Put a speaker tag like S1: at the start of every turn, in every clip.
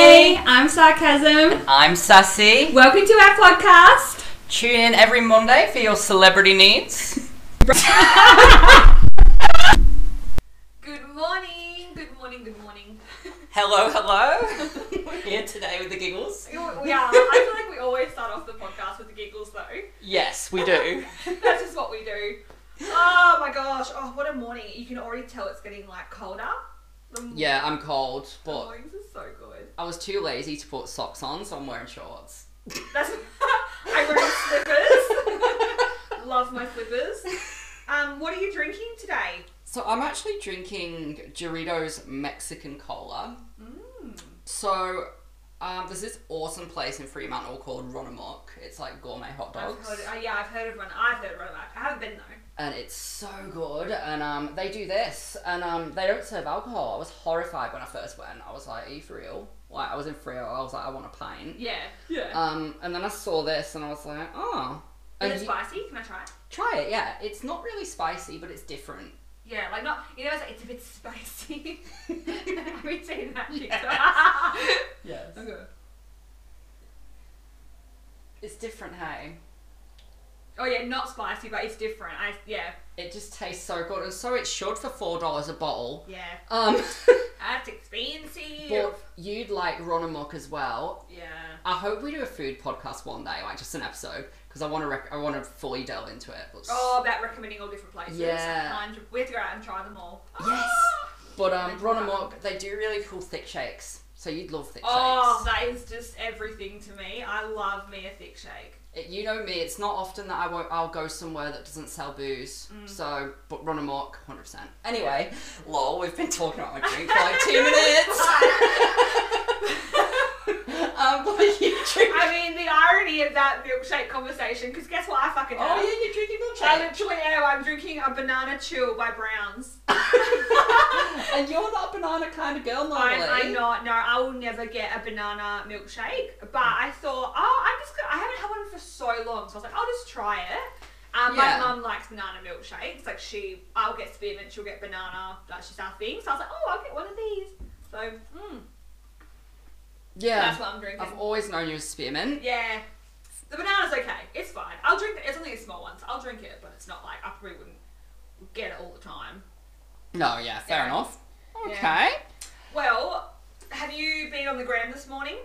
S1: I'm Sarcasm.
S2: I'm Sassy.
S1: Welcome to our podcast.
S2: Tune in every Monday for your celebrity needs.
S1: Good morning. Good morning. Good morning.
S2: Hello, hello. We're here today with the giggles.
S1: yeah, I feel like we always start off the podcast with the giggles though.
S2: Yes, we do.
S1: That's just what we do. Oh my gosh. Oh, what a morning. You can already tell it's getting like colder. The
S2: Yeah, I'm cold, but
S1: mornings are so good.
S2: I was too lazy to put socks on, so I'm wearing shorts.
S1: That's I wear slippers. Love my slippers. Um, what are you drinking today?
S2: So I'm actually drinking Doritos Mexican Cola.
S1: Mm.
S2: So um, there's this awesome place in Fremantle called Ronamok. It's like gourmet hot
S1: I've
S2: dogs.
S1: heard, uh, yeah, I've heard of one. I've heard of one. I haven't been though.
S2: and it's so good. And um, they do this, and um, they don't serve alcohol. I was horrified when I first went. I was like, "Are you for real?" Like, I was in Frio. I was like, "I want a pint."
S1: Yeah. Yeah.
S2: Um, and then I saw this, and I was like, "Oh."
S1: Is
S2: And
S1: it
S2: you-
S1: spicy? Can I try it?
S2: try it, yeah. It's not really spicy, but it's different.
S1: Yeah, like not. You know, it's, like, it's a bit spicy. I've been saying that.
S2: Yes.
S1: TikTok.
S2: Yes.
S1: okay.
S2: It's different, hey.
S1: Oh yeah, not spicy, but it's different. I yeah
S2: It just tastes so good, and so it should for four dollars a bottle.
S1: yeah.
S2: Um,
S1: That's expensive.
S2: but you'd like Ronamok as well.
S1: yeah.
S2: I hope we do a food podcast one day, like just an episode, because I want to rec- I want to fully delve into it. But-
S1: Oh, about recommending all different places.
S2: Yeah.
S1: Hundred- We have to go out and try them all.
S2: Yes.
S1: Ah!
S2: But um, Ronamok, they do really cool thick shakes, so you'd love thick
S1: Oh,
S2: shakes.
S1: that is just everything to me. I love me a thick shake.
S2: It- you know me, it's not often that I won't, I'll go somewhere that doesn't sell booze.
S1: Mm.
S2: So, but Ronamok, hundred percent. Anyway, lol, we've been talking about my drink for like two minutes. um, what are you drinking?
S1: I mean, the irony of that milkshake conversation, because guess what I fucking
S2: Oh
S1: know?
S2: yeah, you're drinking
S1: I
S2: milkshake,
S1: literally am. I'm drinking a banana chill by Browns.
S2: and you're that banana kind of girl normally.
S1: I'm, I'm not. No, I will never get a banana milkshake. But
S2: Hmm.
S1: I thought, oh, I'm just gonna. I haven't had one for so long, so I was like, I'll just try it. Um,
S2: Yeah.
S1: My mum likes banana milkshakes. Like she, I'll get spearmint, she'll get banana. That's just our thing. So I was like, oh, I'll get one of these. So mm,
S2: Yeah,
S1: that's what I'm drinking.
S2: I've always known you as spearmint.
S1: yeah. The banana's okay. It's fine. I'll drink it. It's only a small one, so I'll drink it. But it's not like I probably wouldn't get it all the time.
S2: No, yeah, fair
S1: Yeah.
S2: enough.
S1: Yeah.
S2: Okay,
S1: Well, have you been on the gram this morning?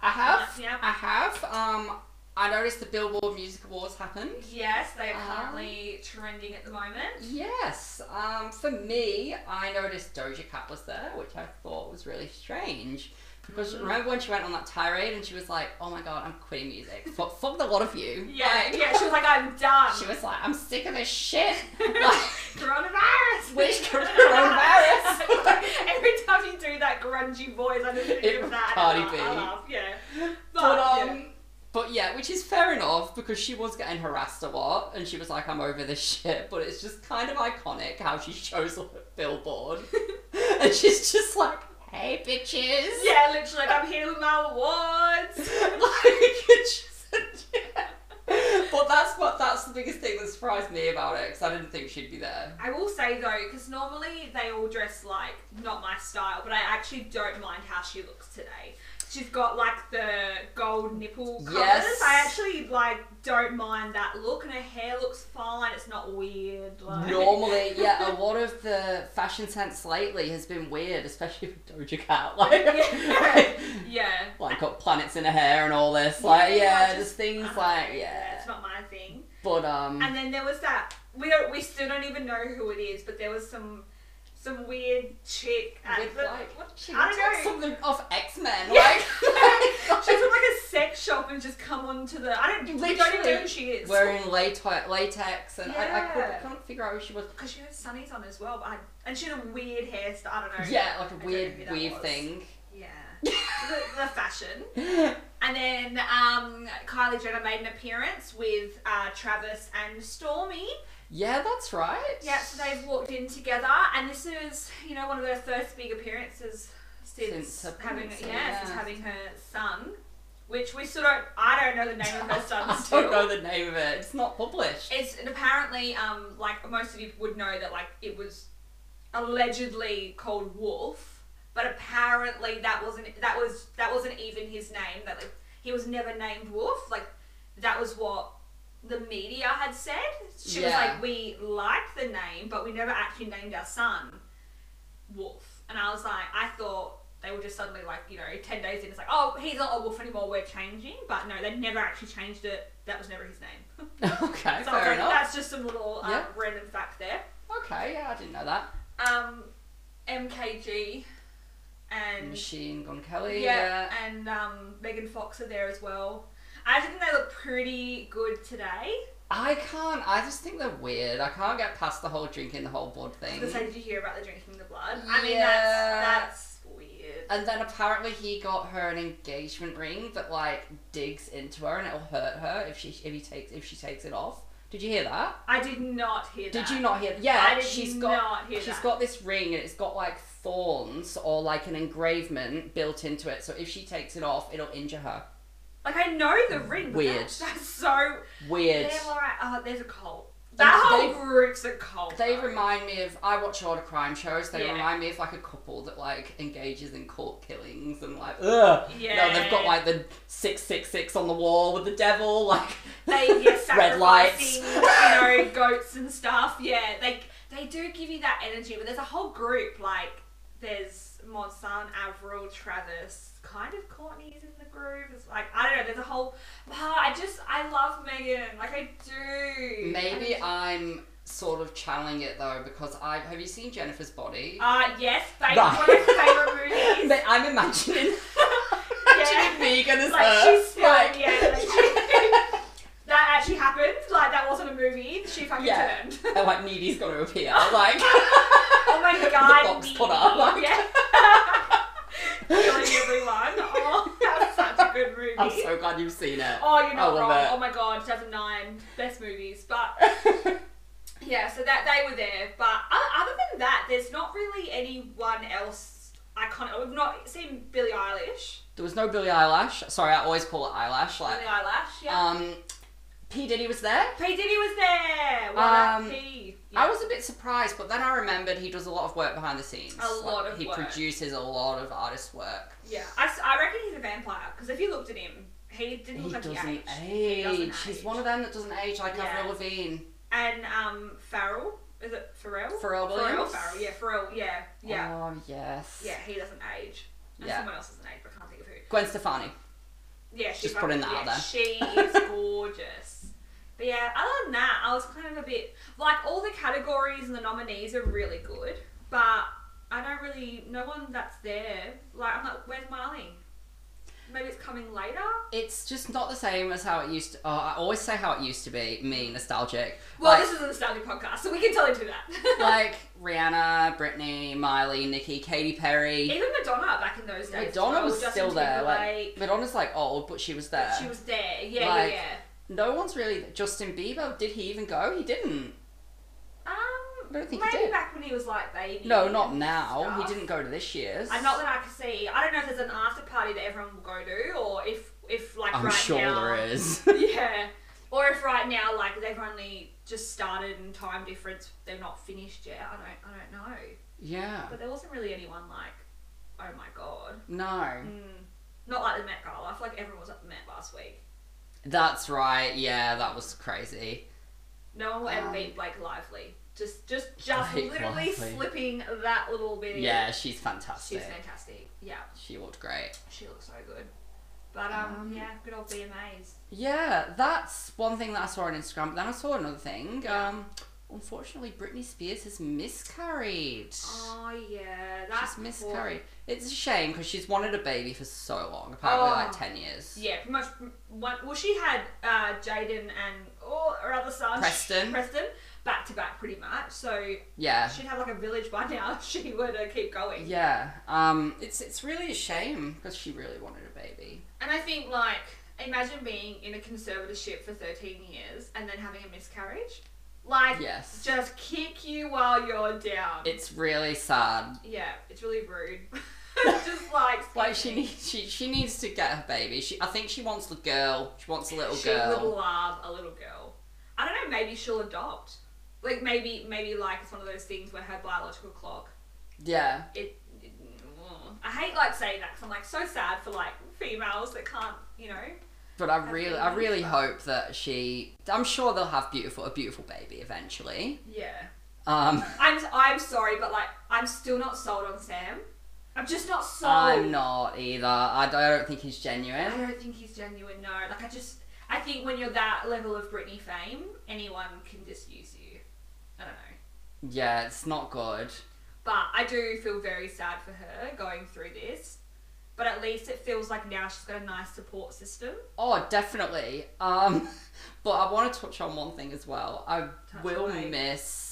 S2: I have.
S1: Yeah.
S2: I have. Um, I noticed the Billboard Music Awards happened.
S1: Yes, they are
S2: Um,
S1: currently trending at the moment.
S2: Yes. Um, for me, I noticed Doja Cat was there, which I thought was really strange. Because
S1: Mm.
S2: remember when she went on that tirade and she was like, "Oh my god, I'm quitting music. Fuck, fuck the lot of you."
S1: Yeah,
S2: Like,
S1: yeah. She was like, "I'm done."
S2: She was like, "I'm sick of this shit." Like,
S1: coronavirus.
S2: Which coronavirus?
S1: Every time you do that grungy voice, I just think
S2: It
S1: of
S2: was
S1: that.
S2: Cardi
S1: and I-
S2: B.
S1: I laugh, yeah. But,
S2: But
S1: yeah.
S2: um, but yeah, which is fair enough because she was getting harassed a lot, and she was like, "I'm over this shit." But it's just kind of iconic how she shows up at Billboard, and she's just like, "Hey, bitches!"
S1: yeah, literally, like, I'm here with my awards.
S2: like it's just. yeah. But that's what that's the biggest thing that surprised me about it because I didn't think she'd be there.
S1: I will say though, because normally they all dress like not my style, but I actually don't mind how she looks today. She's got like the gold nipple covers.
S2: Yes.
S1: I actually like don't mind that look, and her hair looks fine. It's not weird. Like.
S2: Normally, yeah, a lot of the fashion sense lately has been weird, especially with Doja Cat. Like,
S1: Yeah. yeah.
S2: like got planets in her hair and all this. Like,
S1: Yeah,
S2: yeah,
S1: just-
S2: just, things like
S1: It's
S2: yeah.
S1: not my thing.
S2: But um,
S1: And then there was that. We don't. We still don't even know who it is, but there was some some weird chick at
S2: with
S1: the.
S2: like,
S1: uh, what-
S2: she
S1: I
S2: looks
S1: don't
S2: like
S1: know.
S2: something off X Men.
S1: Yeah.
S2: Like,
S1: She's from like a sex shop and just come onto the. I don't. We don't even know
S2: Literally
S1: who she is.
S2: wearing latex, latex, and I, I
S1: Yeah. Oh,
S2: couldn't, couldn't figure out who she was.
S1: Because she had sunnies on as well, but I, and she had a weird hairstyle. I don't know.
S2: Yeah, like
S1: I don't
S2: a
S1: know who
S2: weird
S1: that
S2: weave
S1: was.
S2: thing.
S1: Yeah. the, the fashion. And then um, Kylie Jenner made an appearance with uh, Travis and Stormy.
S2: yeah, that's right.
S1: Yeah, so they've walked in together, and this is you know one of their first big appearances since,
S2: Since her
S1: having
S2: pregnancy,
S1: yeah, since
S2: yeah.
S1: having her son, which we still don't. I don't know the name of her son.
S2: I
S1: still.
S2: don't know the name of it. It's not published.
S1: It's and apparently, um, like most of you would know that, like it was allegedly called Wolf, But apparently that wasn't that was that wasn't even his name. That like, he was never named Wolf. Like that was what the media had said. She was
S2: Yeah.
S1: like, we liked the name, but we never actually named our son Wolf. And I was like, I thought they were just suddenly like, you know, ten days in, it's like, oh, he's not a wolf anymore. We're changing. But no, they never actually changed it. That was never his name.
S2: okay,
S1: So I was
S2: fair
S1: like,
S2: enough.
S1: that's just some little uh,
S2: Yeah.
S1: random fact there.
S2: Okay, yeah, I didn't know that.
S1: Um, MKG and
S2: Machine Gun Kelly.
S1: yeah,
S2: Yeah.
S1: and um, Megan Fox are there as well. I actually think they look pretty good today.
S2: I can't. I just think they're weird. I can't get past the whole drinking the whole blood
S1: I was
S2: thing.
S1: gonna say, did you hear about the drinking the blood? I mean,
S2: Yeah.
S1: that's that's weird.
S2: And then apparently he got her an engagement ring that like digs into her and it'll hurt her if she if he takes if she takes it off. Did you hear that?
S1: I did not hear that.
S2: Did you not hear? Yeah,
S1: I did
S2: she's
S1: not
S2: got
S1: hear
S2: she's
S1: that.
S2: got this ring and it's got like thorns or like an engravement built into it. So if she takes it off, it'll injure her.
S1: Like I know the ring. but
S2: Weird.
S1: That's, that's so.
S2: Weird.
S1: They're like, oh, there's a cult.
S2: They-
S1: That whole
S2: they-
S1: group's a cult.
S2: They
S1: though.
S2: remind me of I watch a lot of crime shows. They
S1: Yeah.
S2: remind me of like a couple that like engages in court killings and like ugh. No, they've got
S1: Yeah.
S2: like the six six six on the wall with the devil, like
S1: they yeah,
S2: red lights.
S1: sacrificing, you know, goats and stuff. Yeah, they they do give you that energy, but there's a whole group like there's Monsan, Avril, Travis, kind of Courtney's in the group. It's like I don't know. There's a whole. Ah, I just I love Megan. Like I do.
S2: Maybe I'm sort of channeling it though because I have you seen Jennifer's body?
S1: Ah yes, babe,
S2: Right.
S1: one of my favorite movies.
S2: Ma- I'm imagining, imagining Megan as
S1: Like
S2: her.
S1: she's like, yeah, like, she- that actually happened. Like that wasn't a movie. She fucking
S2: Yeah.
S1: turned.
S2: and like Needy's gonna appear. Like
S1: Oh my
S2: the
S1: god.
S2: box
S1: me.
S2: put up. Like,
S1: Yeah. Killing everyone. Oh, that's such a good movie.
S2: I'm so glad you've seen it.
S1: oh, you're
S2: I
S1: not
S2: love
S1: wrong.
S2: it.
S1: Oh my god, 2009. Best movies. But yeah, so that they were there. But o- other than that, there's not really anyone else iconic. I've not seen Billie Eilish.
S2: there was no Billie Eyelash. Sorry, I always call it eyelash. Like
S1: Billie Eilish, yeah.
S2: Um, P Diddy was there.
S1: P. Diddy was there. Well,
S2: Um,
S1: P.
S2: I was a bit surprised, but then I remembered he does a lot of work behind the scenes.
S1: A lot of
S2: he
S1: work.
S2: produces a lot of artist work.
S1: Yeah, I, s- I reckon he's a vampire because if you looked at him, he didn't
S2: He
S1: look like
S2: doesn't
S1: he
S2: age.
S1: aged. He doesn't
S2: He's
S1: age.
S2: one of them that doesn't age, like
S1: Yeah.
S2: Avril Lavigne.
S1: and um Farrell. Is it Pharrell?
S2: Pharrell Williams?
S1: Farrell, yeah, Pharrell, yeah, yeah,
S2: Oh yes.
S1: yeah. He doesn't age. And
S2: Yeah.
S1: someone else doesn't age, but I can't think of who.
S2: Gwen Stefani.
S1: Yeah, she's
S2: Just putting that out there.
S1: She is gorgeous. But yeah, other than that, I was kind of a bit like all the categories and the nominees are really good, but I don't really no one that's there. Like I'm like, where's Marley? Maybe it's coming later.
S2: It's just not the same as how it used to. Oh, I always say how it used to be. Me, nostalgic.
S1: Well,
S2: like,
S1: this is a nostalgia podcast, so we can totally do that.
S2: like Rihanna, Britney, Miley, Nicki, Katy Perry.
S1: Even Madonna back in those days.
S2: Madonna
S1: well,
S2: was
S1: Justin
S2: still there.
S1: Timberlake.
S2: Like Madonna's like old, but she was there.
S1: She was there. Yeah,
S2: Like-
S1: yeah,
S2: No one's really. Justin Bieber, did he even go? He didn't.
S1: yeah. Um,
S2: I don't think he
S1: maybe
S2: did.
S1: back when he was like baby.
S2: No, not
S1: and
S2: now.
S1: stuff.
S2: He didn't go to this year's.
S1: And not that I can see. I don't know if there's an after party that everyone will go to, or if if like
S2: I'm
S1: right
S2: sure
S1: now.
S2: there is.
S1: Yeah. Or if right now, like they've only just started and time difference, they're not finished yet. I don't, I don't know.
S2: yeah.
S1: But there wasn't really anyone like, oh my god,
S2: No.
S1: mm. not like the Met Gala. I feel like everyone was at the Met last week.
S2: That's right. Yeah, that was crazy.
S1: No one will ever
S2: Um,
S1: beat Blake Lively. Just, just, just
S2: Blake
S1: literally
S2: Lively.
S1: slipping that little bit. in.
S2: Yeah, she's
S1: she's
S2: fantastic.
S1: fantastic. Yeah,
S2: She looked great.
S1: she looks so good. But um,
S2: Um,
S1: yeah, good old BMAs.
S2: Yeah, that's one thing that I saw on Instagram. But then I saw another thing. Um, unfortunately, Britney Spears has miscarried.
S1: Oh yeah, that's
S2: She's miscarried. It's a shame because she's wanted a baby for so long. Apparently, like
S1: Oh.
S2: ten years.
S1: Yeah, pretty much. One, well, she had uh, Jaden and or her other son
S2: Preston.
S1: Preston back to back, pretty much. So
S2: Yeah.
S1: she'd have like a village by now if she were to keep going.
S2: Yeah. Um, it's it's really a shame because she really wanted a baby.
S1: And I think like imagine being in a conservatorship for thirteen years and then having a miscarriage, like
S2: Yes.
S1: just kick you while you're down.
S2: It's really sad.
S1: yeah, it's really rude. just like
S2: Like she needs she, she needs to get her baby. She I think she wants the girl. She wants a little
S1: she
S2: girl.
S1: would love a little girl. I don't know. Maybe she'll adopt. Like maybe maybe like it's one of those things where her biological clock
S2: Yeah.
S1: it. it- mm, I hate like saying that because I'm like so sad for like females that can't, you know.
S2: But I
S1: Have
S2: really,
S1: been
S2: I really
S1: nice,
S2: hope that she. I'm sure they'll have beautiful, a beautiful baby eventually.
S1: Yeah.
S2: Um,
S1: I'm I'm sorry, but like I'm still not sold on Sam. I'm just not sold.
S2: I'm not either. I don't, I don't think he's genuine.
S1: I don't think he's genuine. No, like I just I think when you're that level of Britney fame, anyone can just use you. I don't know.
S2: Yeah, it's not good.
S1: But I do feel very sad for her going through this. But at least it feels like now she's got a nice support system.
S2: Oh, definitely. Um, but I want to touch on one thing as well. I will
S1: away.
S2: miss.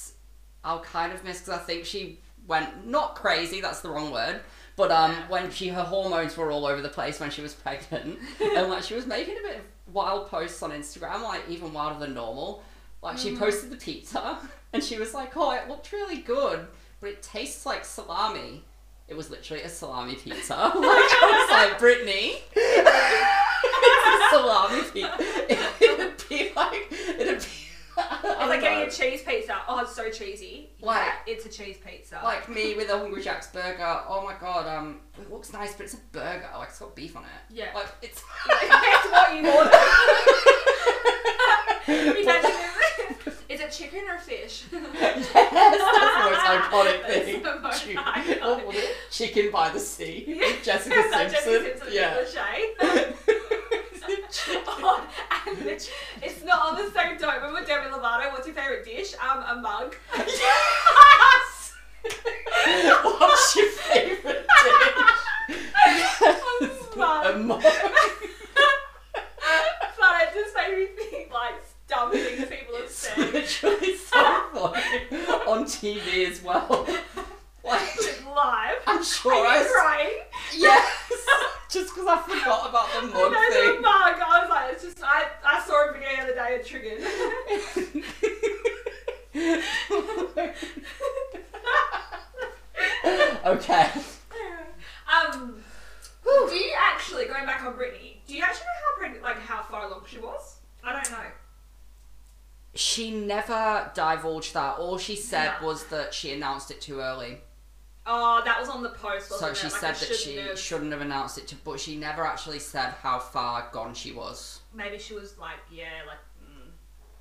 S2: I'll kind of miss because I think she went not crazy. That's the wrong word. But um,
S1: Yeah.
S2: when she her hormones were all over the place when she was pregnant, and like she was making a bit of wild posts on Instagram, like even wilder than normal. Like she posted the pizza, and she was like, "Oh, it looked really good, but it tastes like salami." It was literally a salami pizza. like I was like, Brittany, it's a salami pizza. It would be like it'd be. I
S1: It's like
S2: don't know.
S1: getting a cheese pizza. Oh, it's so cheesy.
S2: Like-
S1: yeah, it's a cheese pizza.
S2: like me with a Hungry Jack's burger. Oh my god, um, it looks nice, but it's a burger. Like it's got beef on it.
S1: Yeah.
S2: like it's.
S1: it's what you order. Imagine if- is it chicken or fish?
S2: yes, that's the most iconic
S1: That's
S2: thing.
S1: the most
S2: Chi-
S1: iconic.
S2: what was it? Chicken by the Sea. with Jessica
S1: Is that Jessica
S2: Simpson.
S1: Simpson
S2: yeah.
S1: yeah. oh, and the, ch- it's not on the same note, but with Demi Lovato, what's your favourite dish? Um, a mug.
S2: yes. What's your favourite dish?
S1: I'm smart.
S2: A mug.
S1: but it just made me think like dumb things people have
S2: It's
S1: said.
S2: literally so funny on TV as well. Like,
S1: Just live.
S2: I'm
S1: Are
S2: sure I.
S1: you
S2: s-
S1: crying?
S2: Yes. Just because I forgot about the
S1: No,
S2: mug
S1: the
S2: thing.
S1: mug. I was like, it's just I, I saw a video the other day and triggered.
S2: okay.
S1: um, do you actually going back on Britney? Do you actually know how pregnant, like how far along she was? I don't know.
S2: She never divulged that. All she said
S1: Yeah.
S2: was that she announced it too early.
S1: Oh, that was on the post.
S2: So
S1: Wasn't
S2: she
S1: it? Like, I
S2: said that
S1: shouldn't
S2: she
S1: have-
S2: shouldn't have announced it, to, but she never actually said how far gone she was.
S1: maybe she was like, yeah, like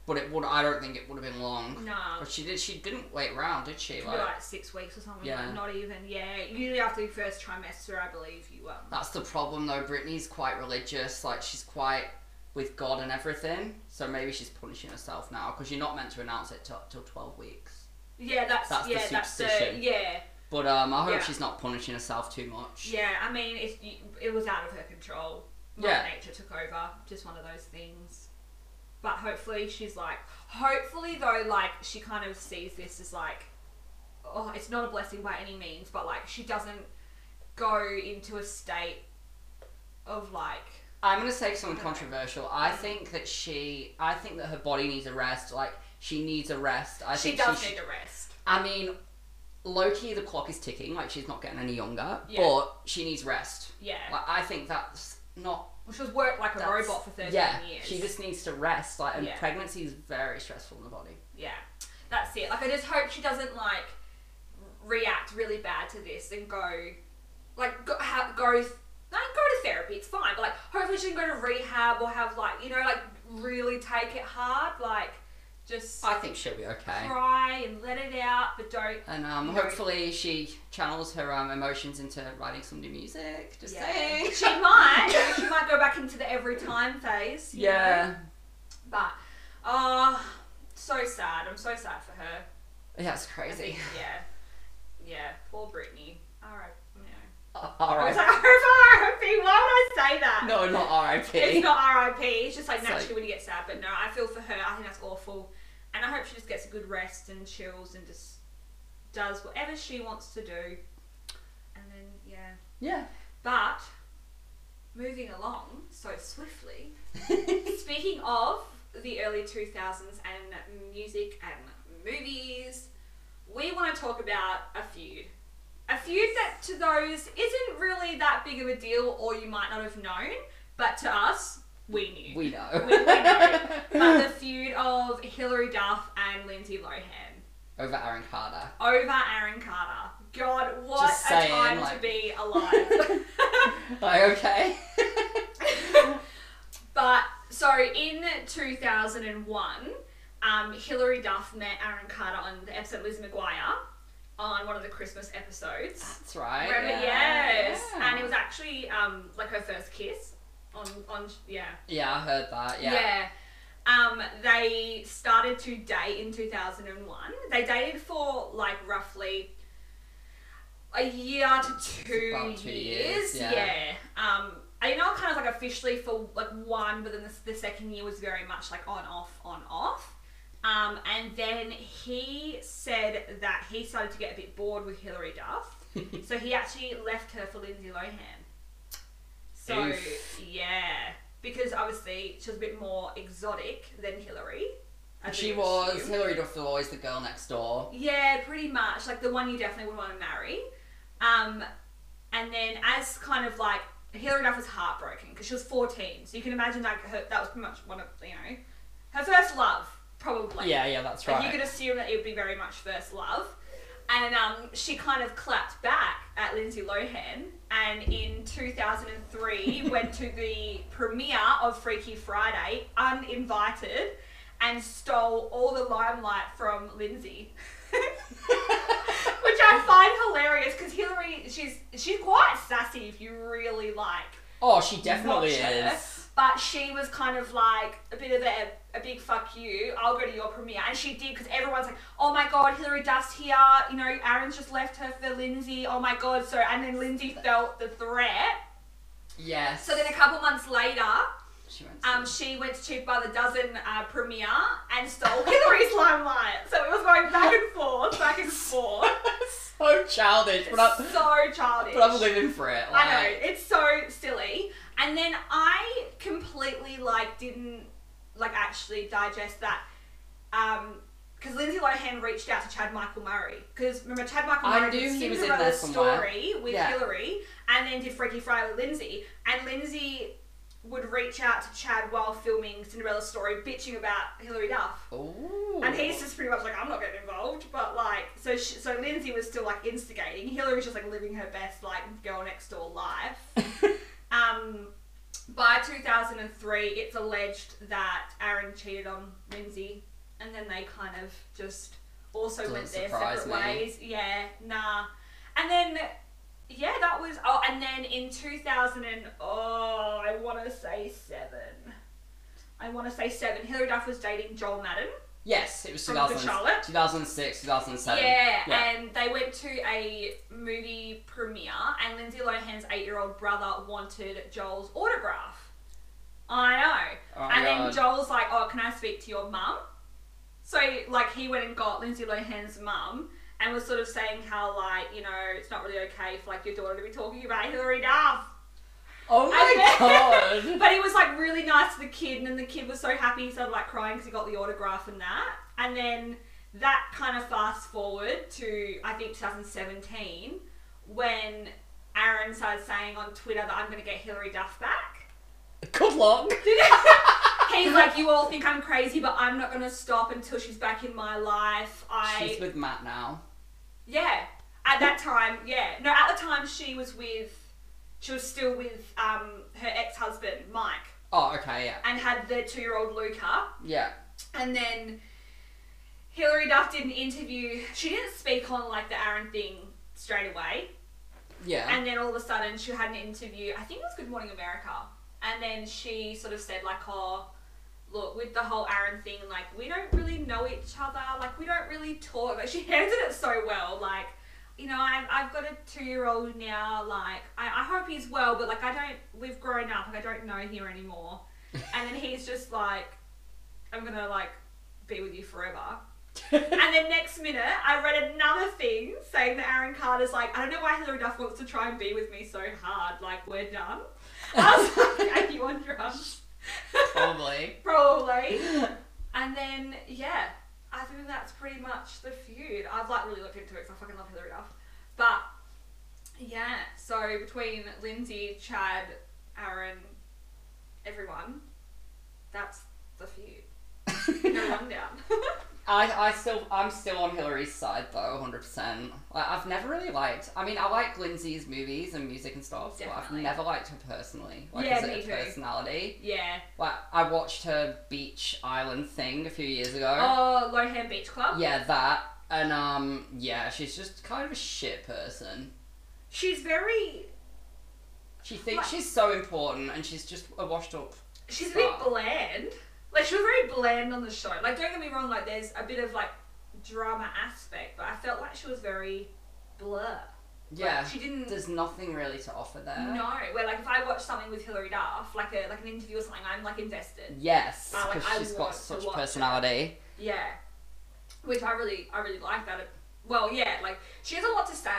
S2: But it would. I don't think it would have been long.
S1: mm, nah,
S2: But she did. She didn't wait around, did she?
S1: could be
S2: Like
S1: like six weeks or something.
S2: Yeah.
S1: Like, not even. Yeah, usually after your first trimester, I believe you um.
S2: that's the problem though. Britney's quite religious. Like she's quite with God and everything. So maybe she's punishing herself now because you're not meant to announce it till, till twelve weeks.
S1: Yeah, that's,
S2: That's the
S1: yeah, that's the
S2: superstition.
S1: yeah,
S2: But um, I hope
S1: Yeah.
S2: she's not punishing herself too much.
S1: yeah. I mean, if you, it was out of her control, Mother
S2: Yeah.
S1: nature took over. Just one of those things. But hopefully, she's like. Hopefully, though, like she kind of sees this as like, oh, it's not a blessing by any means, but like she doesn't go into a state of like
S2: I'm gonna say something controversial. I think that she, I think that her body needs a rest. Like she needs a rest. I
S1: she
S2: think
S1: does
S2: she
S1: need a rest.
S2: I mean, Loki, the clock is ticking. Like she's not getting any younger,
S1: Yeah.
S2: but she needs rest.
S1: Yeah.
S2: Like I think that's not.
S1: Well, she was worked like a
S2: that's-
S1: robot for 13
S2: yeah,
S1: years.
S2: She just needs to rest. Like, and
S1: Yeah.
S2: pregnancy is very stressful on the body.
S1: Yeah. That's it. Like, I just hope she doesn't, like, react really bad to this and go, like, go, ha- go, th- no, go to therapy. It's fine. But, like, hopefully she can go to rehab or have, like, you know, like, really take it hard. Like, just
S2: I think she'll be okay.
S1: cry and let it out, but don't.
S2: And um,
S1: Right.
S2: hopefully she channels her um, emotions into writing some new music. Just saying.
S1: She might. she might go back into the every time phase. you know?
S2: Yeah.
S1: But, oh, so sad. I'm so sad for her.
S2: Yeah, it's
S1: I
S2: crazy.
S1: think, yeah. Yeah. Poor Britney. Alright. You know.
S2: All
S1: I was
S2: right.
S1: like, RIP. Why would I say that?
S2: No, not R.I.P.
S1: It's not RIP. It's just like
S2: It's
S1: naturally
S2: like-
S1: when you get sad. But no, I feel for her. I think that's awful. And I hope she just gets a good rest and chills and just does whatever she wants to do. And then, yeah.
S2: yeah.
S1: But, moving along so swiftly. Speaking of the early 2000s and music and movies, we want to talk about a feud. A feud that to those isn't really that big of a deal or you might not have known, but to us, we knew.
S2: we
S1: we know. But
S2: know.
S1: the feud of Hilary Duff and Lindsay Lohan
S2: Over Aaron Carter.
S1: over Aaron Carter. God, what
S2: Just
S1: a
S2: saying,
S1: time
S2: like-
S1: to be alive.
S2: Like, okay.
S1: but so in 2001, um, Hilary Duff met Aaron Carter on the episode Liz McGuire on one of the Christmas episodes.
S2: That's right.
S1: Remember?
S2: Ah, yeah,
S1: Yes.
S2: yeah.
S1: And it was actually um, like her first kiss on on yeah.
S2: Yeah, I heard that. Yeah.
S1: Um, they started to date in 2001. They dated for like roughly a year to two,
S2: about two
S1: years.
S2: years, yeah.
S1: Um, I know kind of like officially for like one, but then the, the second year was very much like on off, on off. Um, and then he said that he started to get a bit bored with Hilary Duff, so he actually left her for Lindsay Lohan. So
S2: Oof.
S1: yeah, because obviously she was a bit more exotic than Hillary. I
S2: she
S1: think
S2: was
S1: assume.
S2: Hilary Duff was always the girl next door.
S1: Yeah, pretty much like the one you definitely would want to marry. Um, and then as kind of like Hillary Duff was heartbroken because she was fourteen, so you can imagine like her that was pretty much one of you know her first love probably.
S2: Yeah, yeah, that's
S1: Like
S2: right.
S1: you could assume that it would be very much first love. And um, she kind of clapped back at Lindsay Lohan and in 2003 went to the premiere of Freaky Friday uninvited and stole all the limelight from Lindsay. Which I find hilarious because Hillary, she's she's quite sassy if you really like
S2: oh, she definitely
S1: watch her,
S2: is.
S1: But she was kind of like a bit of a, a big fuck you. I'll go to your premiere, and she did because everyone's like, oh my god, Hillary Duff's here. You know, Aaron's just left her for Lindsay. Oh my god. So and then Lindsay felt the threat.
S2: Yes.
S1: So then a couple months later,
S2: she went. to-
S1: um, she went to Cheap by the Dozen uh, premiere and stole Hillary's limelight. So it was going back and forth, back and forth.
S2: so childish, but I'm,
S1: so childish.
S2: but I'm living for it. Like,
S1: I know it's so silly. And then I completely like didn't like actually digest that. Um, because Lindsay Lohan reached out to Chad Michael Murray because remember Chad Michael
S2: I
S1: Murray
S2: knew
S1: did
S2: he was in
S1: Cinderella's
S2: there somewhere.
S1: story with
S2: Yeah.
S1: Hillary and then did Freaky Friday with Lindsay and Lindsay would reach out to Chad while filming Cinderella's story bitching about Hillary Duff
S2: Ooh.
S1: and he's just pretty much like, I'm not getting involved, but like, so she, so Lindsay was still like instigating. Hillary was just like living her best like girl next door life. Um, by 2003, it's alleged that Aaron cheated on Lindsay, and then they kind of just also
S2: Doesn't
S1: went their
S2: surprise
S1: separate
S2: me.
S1: ways. Yeah, nah. And then, yeah, that was. Oh, and then in 2000, and, oh, I want to say seven. I want to say seven. Hillary Duff was dating Joel Madden.
S2: yes, it was
S1: From Good
S2: 2000,
S1: Charlotte?
S2: 2006, 2007.
S1: Yeah,
S2: Yeah.
S1: and they went to a movie premiere, and Lindsay Lohan's eight-year-old brother wanted Joel's autograph. I know,
S2: Oh my
S1: and then
S2: God.
S1: Joel's like, "Oh, can I speak to your mum?" So like he went and got Lindsay Lohan's mum. And was sort of saying how like you know it's not really okay for like your daughter to be talking about Hillary Duff,
S2: oh my god.
S1: but he was like really nice to the kid, and then the kid was so happy he started like crying because he got the autograph and that. And then that kind of fast forward to I think 2017 when Aaron started saying on Twitter that I'm going to get Hillary Duff back.
S2: Good luck.
S1: He's like, you all think I'm crazy, but I'm not going to stop until she's back in my life. I
S2: She's with Matt now.
S1: yeah. At that time, yeah. No, at the time she was with, she was still with um, her ex-husband Mike,
S2: Oh, okay, yeah.
S1: and had their two-year-old Luca.
S2: Yeah.
S1: And then Hillary Duff did an interview. She didn't speak on like the Aaron thing straight away.
S2: Yeah.
S1: And then all of a sudden she had an interview. I think it was Good Morning America. And then she sort of said like, "Oh, look, with the whole Aaron thing, like we don't really know each other. Like we don't really talk." Like she handled it so well. Like, you know, I've, I've got a two-year-old now. Like I, I hope he's well, but like I don't. We've grown up. Like I don't know here anymore. And then he's just like, "I'm gonna like be with you forever." And then next minute, I read another thing saying that Aaron Carter's like, I don't know why Hillary Duff wants to try and be with me so hard. Like, we're done. I was like, are you on drugs?
S2: Probably.
S1: Probably. And then, yeah, I think that's pretty much the feud. I've like really looked into it because I fucking love Hillary Duff. But, yeah, so between Lindsay, Chad, Aaron, everyone, that's the feud. No rundown.
S2: I, I still I'm still on Hillary's side though, hundred percent. Like I've never really liked. I mean, I like Lindsay's movies and music and stuff, but I've
S1: Definitely.
S2: never liked her personally. Like
S1: Yeah,
S2: as a
S1: me too.
S2: personality.
S1: Yeah.
S2: Like I watched her beach island thing a few years ago.
S1: Oh, Lohan Beach Club.
S2: Yeah, that and um yeah, she's just kind of a shit person.
S1: She's very.
S2: She thinks
S1: Like-
S2: she's so important, and she's just a washed up.
S1: She's a bit
S2: Stop.
S1: bland. Like she was very bland on the show. Like don't get me wrong. Like there's a bit of like drama aspect, but I felt like she was very blur.
S2: Yeah,
S1: Like, she didn't.
S2: there's nothing really to offer there.
S1: No, where like if I watch something with Hilary Duff, like a like an interview or something, I'm like invested.
S2: Yes,
S1: But, like,
S2: because
S1: I
S2: she's
S1: want
S2: got
S1: to
S2: such
S1: watch it.
S2: personality.
S1: Yeah, which I really I really like that. Well, yeah, like she has a lot to say,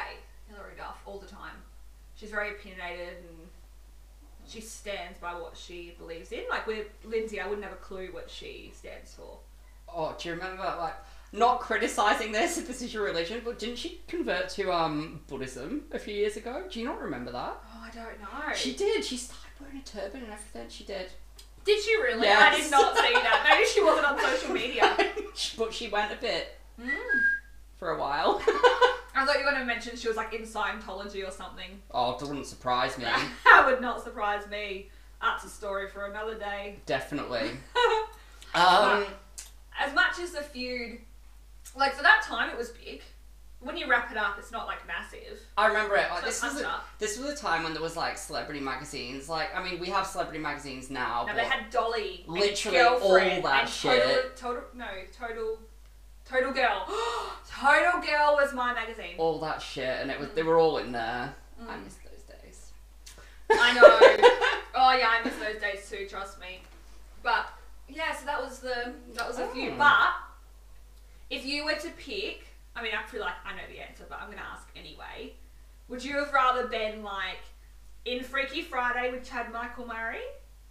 S1: Hilary Duff, all the time. She's very opinionated and she stands by what she believes in. Like with Lindsay, I wouldn't have a clue what she stands for.
S2: Oh, do you remember like not criticizing this if this is your religion, but didn't she convert to um Buddhism a few years ago? Do you not remember that?
S1: Oh, I don't know.
S2: She did. She started wearing a turban and everything. She did.
S1: did she really? I
S2: Yes.
S1: did not see that. Maybe she wasn't on social media.
S2: but she went a bit
S1: Mm.
S2: for a while.
S1: I thought you were going to mention she was like in Scientology or something.
S2: oh, it doesn't surprise me.
S1: that would not surprise me. That's a story for another day.
S2: Definitely. Um,
S1: as much as the feud, like for that time, it was big. When you wrap it up, it's not like massive.
S2: I remember it.
S1: So
S2: Like, Oh, this was
S1: thumbs
S2: a,
S1: up.
S2: this was a time when there was like celebrity magazines. Like, I mean, we have celebrity magazines now.
S1: Now
S2: but
S1: they had Dolly, and
S2: Literally
S1: Girlfriend
S2: all that
S1: and total,
S2: shit.
S1: Total, no, total, total girl. total girl was my magazine.
S2: all that shit, and it was they were all in there. I
S1: Mm.
S2: miss those days.
S1: I know. Oh yeah, I miss those days too. Trust me. But yeah, so that was the that was a few.
S2: Oh.
S1: But if you were to pick, I mean, I feel like I know the answer, but I'm gonna ask anyway. Would you have rather been like in Freaky Friday with Chad Michael Murray,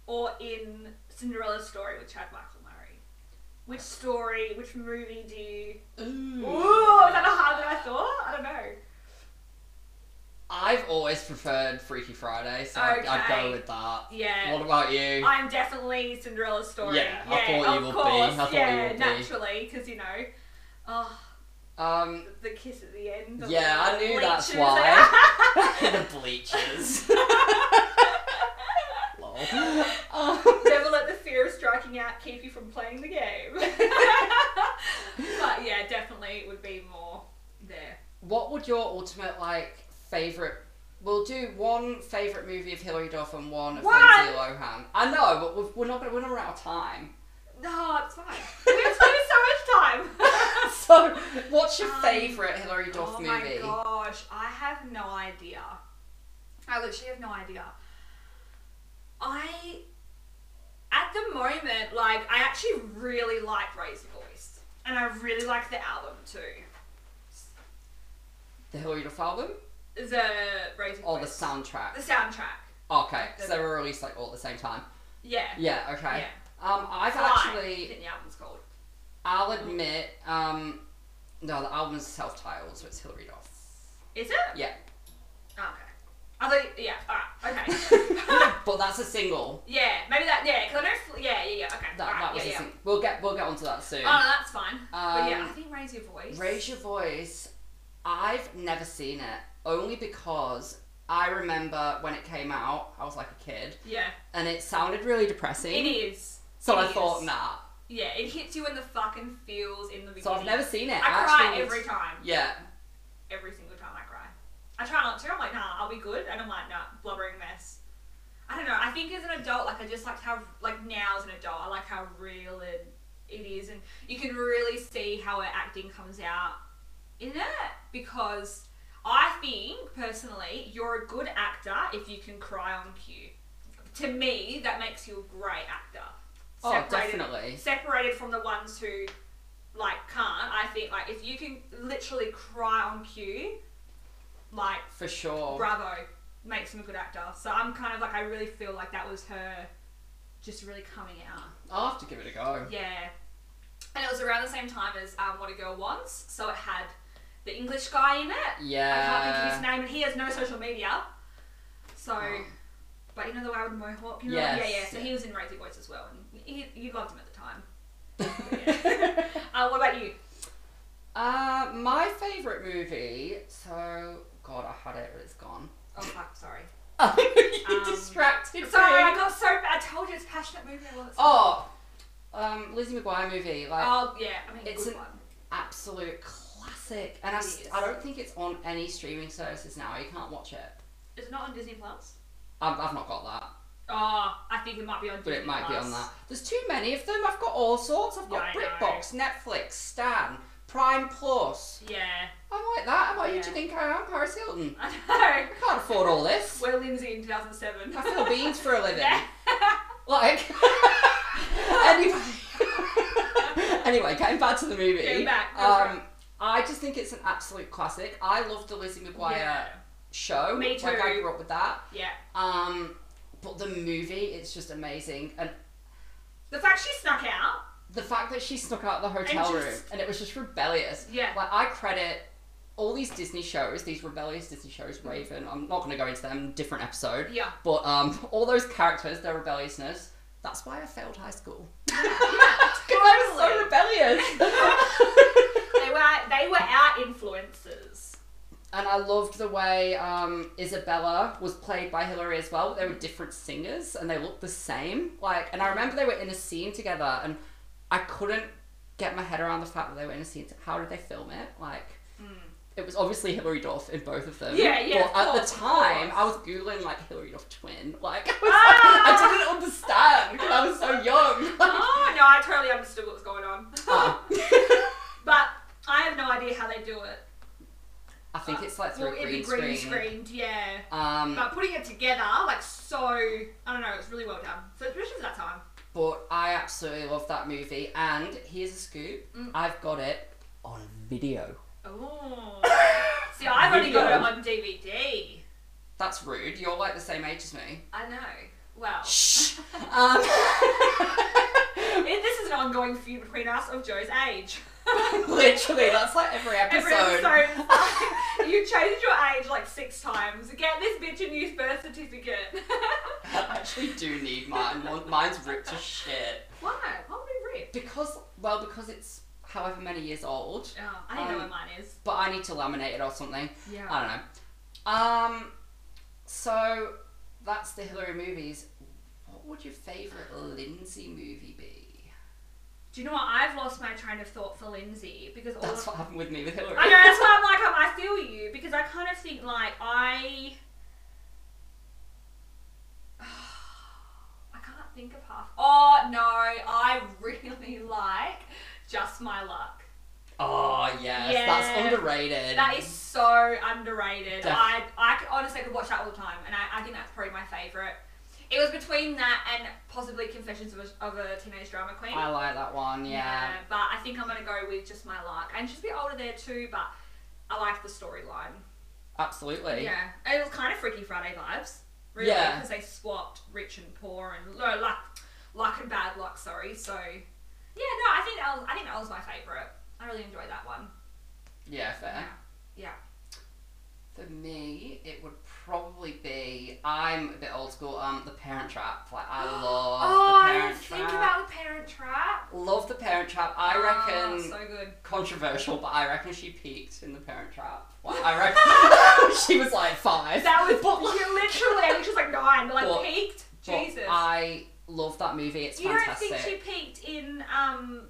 S1: or in Cinderella Story with Chad Michael Murray? Which story, which movie do you? Ooh, was that a harder than I thought? I don't know.
S2: I've always preferred Freaky Friday, so I'd, I'd
S1: Okay.
S2: go with that.
S1: Yeah.
S2: What about you?
S1: I'm definitely Cinderella story.
S2: Yeah, I thought you
S1: of
S2: would be.
S1: course.
S2: I thought you
S1: yeah,
S2: would be.
S1: naturally, because you know, oh,
S2: um,
S1: the kiss at the end. of
S2: Yeah,
S1: the
S2: I knew that's
S1: bleachers.
S2: why. the bleachers. Lol. Um,
S1: Never let the fear of striking out keep you from playing the game. but yeah, definitely it would be more there.
S2: what would your ultimate like favorite? We'll do one favorite movie of Hilary Duff and one of
S1: What?
S2: Lindsay Lohan. I know, but we're, we're not gonna, we're not out of time.
S1: No, it's fine. We've spent so much time.
S2: So, what's your
S1: Um,
S2: favorite Hilary Duff
S1: oh
S2: movie?
S1: my gosh, I have no idea. I literally have no idea. I, at the moment, like, I actually really like Ray's voice. And I really like the album too.
S2: The Hilary Duff album
S1: The Ray's
S2: or Oh, the
S1: voice. The
S2: soundtrack?
S1: soundtrack.
S2: Okay, because
S1: the-
S2: they were released like all at the same time.
S1: Yeah.
S2: Yeah. Okay.
S1: Yeah.
S2: Um, I've
S1: Fly,
S2: actually.
S1: I think the album's called.
S2: I'll admit, um, no, the album's self-titled, so it's Hilary Duff.
S1: Is it?
S2: Yeah,
S1: Oh, okay. I thought, yeah, alright, okay.
S2: but that's a single.
S1: yeah, maybe that, yeah, because I know, Fl- yeah, yeah, yeah, okay.
S2: That,
S1: alright,
S2: that was
S1: yeah,
S2: a
S1: yeah.
S2: sing- We'll get we'll get onto that soon.
S1: Oh, no, that's fine. but yeah,
S2: Um,
S1: I think Raise Your Voice.
S2: Raise Your Voice. I've never seen it, only because I remember when it came out. I was like a kid,
S1: Yeah,
S2: and it sounded really
S1: it
S2: depressing.
S1: is.
S2: so
S1: it
S2: I
S1: is.
S2: thought, nah.
S1: Yeah, it hits you in the fucking feels in the beginning.
S2: So I've never seen it.
S1: I
S2: actually
S1: cry
S2: was-
S1: every time.
S2: Yeah,
S1: Every single time I cry. I try not to. I'm like, nah, I'll be good. And I'm like, nah, blubbering mess. I don't know. I think as an adult, like I just like how like now as an adult, I like how real it, it is, and you can really see how her acting comes out in it because I think personally, you're a good actor if you can cry on cue. To me, that makes you a great actor.
S2: Oh,
S1: Separated-
S2: definitely.
S1: Separated from the ones who like can't. I think like if you can literally cry on cue, like
S2: for sure.
S1: bravo, makes him a good actor. So I'm kind of like I really feel like that was her, just really coming out.
S2: I'll have to give it a go.
S1: Yeah. And it was around the same time as um, What a Girl Wants, so it had the English guy in it. I can't think of
S2: Yeah.
S1: his name, and he has no social media. So,
S2: Oh.
S1: but you know the guy with the mohawk? You know,
S2: Yes.
S1: Yeah, yeah. So he was in Raising Voice as well, and he, you loved him at the time. Yeah. Uh, what about you?
S2: uh, my favourite movie. So, God, I had it, but it's gone.
S1: Oh fuck, sorry.
S2: you
S1: Um,
S2: distracted
S1: Sorry, I
S2: me.
S1: got so I told you it's a passionate movie. I was.
S2: Oh, um, Lizzie McGuire movie. Like,
S1: oh yeah, I mean
S2: It's
S1: good
S2: an-
S1: one.
S2: absolute classic. And I, s-
S1: Yes.
S2: I don't think it's on any streaming services now. You can't watch it.
S1: Is it not on Disney Plus?
S2: I've, I've not got that,
S1: Oh, I think it might be on.
S2: but
S1: Disney
S2: it might be
S1: Plus.
S2: on that. There's too many of them. I've got all sorts. I've
S1: Yeah,
S2: got
S1: I know.
S2: BritBox, Netflix, Stan, Prime Plus.
S1: Yeah,
S2: I'm like that. Why do you
S1: Yeah.
S2: think I am, Paris Hilton?
S1: I know.
S2: I can't afford all this.
S1: We're Lindsay in 2007.
S2: I feel beans for a living.
S1: Yeah.
S2: Like, anyway. anyway, getting back to the movie.
S1: Getting back, go for
S2: Um, I just think it's an absolute classic. I loved the Lizzie McGuire
S1: yeah.
S2: show.
S1: Me
S2: Like, I
S1: too.
S2: grew up with that.
S1: yeah.
S2: Um, but the movie, it's just amazing. And
S1: The fact she snuck out.
S2: the fact that she snuck out of the hotel
S1: And
S2: room
S1: just-
S2: and it was just rebellious.
S1: Yeah.
S2: Like, I credit all these Disney shows, these rebellious Disney shows, Raven, I'm not going to go into them, different episode.
S1: Yeah.
S2: But um, all those characters, their rebelliousness, that's why I failed high school. Because I was so
S1: Totally.
S2: rebellious.
S1: They were they were our influences.
S2: and I loved the way um, Isabella was played by Hilary as well. They were different singers and they looked the same. Like, and I remember they were in a scene together, and I couldn't get my head around the fact that they were in a scene. How did they film it? Like, it was obviously Hilary Duff in both of them.
S1: Hmm. Yeah, yeah, of
S2: But at
S1: course,
S2: the
S1: of
S2: time, I was
S1: course.
S2: googling like Hilary Duff twin. Like, I, was like,
S1: Ah!
S2: I didn't understand because I was so young. Like,
S1: Oh no, I totally understood what was going on.
S2: ah.
S1: but I have no idea how they do it.
S2: I think it's like through
S1: well,
S2: a
S1: it'd be
S2: green,
S1: green
S2: screen.
S1: screened, yeah.
S2: Um,
S1: But putting it together, like so, I don't know, it's really well done. So especially for that time.
S2: But I absolutely love that movie. And here's a scoop
S1: Mm.
S2: I've got it on video.
S1: Oh. See, I've only got it on DVD.
S2: That's rude. You're like the same age as me.
S1: I know. Well,
S2: Shh. Um,
S1: it- this is an ongoing feud between us of Joe's age.
S2: literally, that's like every episode.
S1: Every episode, it's like, you changed your age like six times. Get this bitch a new birth certificate.
S2: I actually do need mine. Mon- Mine's ripped to shit.
S1: Why? Why would we rip?
S2: Because, well, because it's however many years old,
S1: Oh, I don't know where
S2: Um,
S1: mine is.
S2: but I need to laminate it or something.
S1: Yeah.
S2: I don't know. Um, so that's the Hillary movies. What would your favourite Lindsay movie be?
S1: Do you know what? I've lost my train of thought for Lindsay because all
S2: That's
S1: of,
S2: what happened with me with Hillary.
S1: I know that's why I'm like I'm, I feel you because I kind of think like I I can't think of half. Oh no, I really like just my luck.
S2: Oh yes, that's
S1: Yeah.
S2: underrated.
S1: That is so underrated.
S2: Def-
S1: I I could, honestly could watch that all the time, and I, I think that's probably my favorite. It was between that and possibly Confessions of a, of a Teenage Drama Queen.
S2: I like that one. Yeah.
S1: But I think I'm gonna go with just my luck, and she's a bit older there too. But I like the storyline.
S2: absolutely.
S1: Yeah, it was kind of Freaky Friday vibes, really,
S2: Yeah.
S1: because they swapped rich and poor and no luck, luck and bad luck. Sorry. So, yeah, no, I think that was, I think that was my favorite. I really enjoyed that one.
S2: Yeah, fair.
S1: Yeah.
S2: For me, it would probably be I'm a bit old school. Um, The Parent Trap. Like I love
S1: oh,
S2: The
S1: I
S2: Parent
S1: didn't
S2: Trap.
S1: think about the Parent Trap.
S2: Love The Parent Trap. I
S1: Oh,
S2: reckon
S1: so good.
S2: controversial, but I reckon she peaked in The Parent Trap. Like, I reckon she was like five.
S1: That was
S2: But, like,
S1: yeah, literally. I think she was like nine, but like
S2: But-
S1: peaked.
S2: but
S1: Jesus.
S2: I love that movie. Ah, It's
S1: you
S2: fantastic.
S1: don't think she peaked in um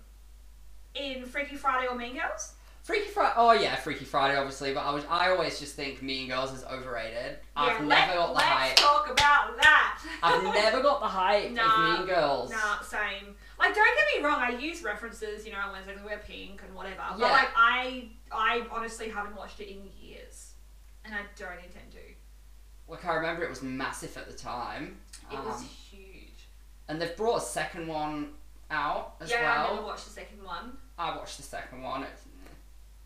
S1: in Freaky Friday or Mean Girls?
S2: Freaky Friday. Oh yeah, Freaky Friday, obviously. But I was, I always just think Mean Girls is overrated. I've
S1: yeah,
S2: never got the
S1: let's
S2: hype.
S1: talk about that.
S2: I've never got the hype
S1: Nah,
S2: of Mean Girls.
S1: Nah, same. Like, don't get me wrong. I use references, you know, on Wednesday 'cause we're pink and whatever.
S2: Yeah.
S1: But like, I I honestly haven't watched it in years, and I don't intend to. It
S2: Like I remember, it was massive at the time. Um,
S1: was huge.
S2: And they've brought a second one out as
S1: yeah, I never
S2: well.
S1: watched the second one.
S2: I watched the second one. It's eh,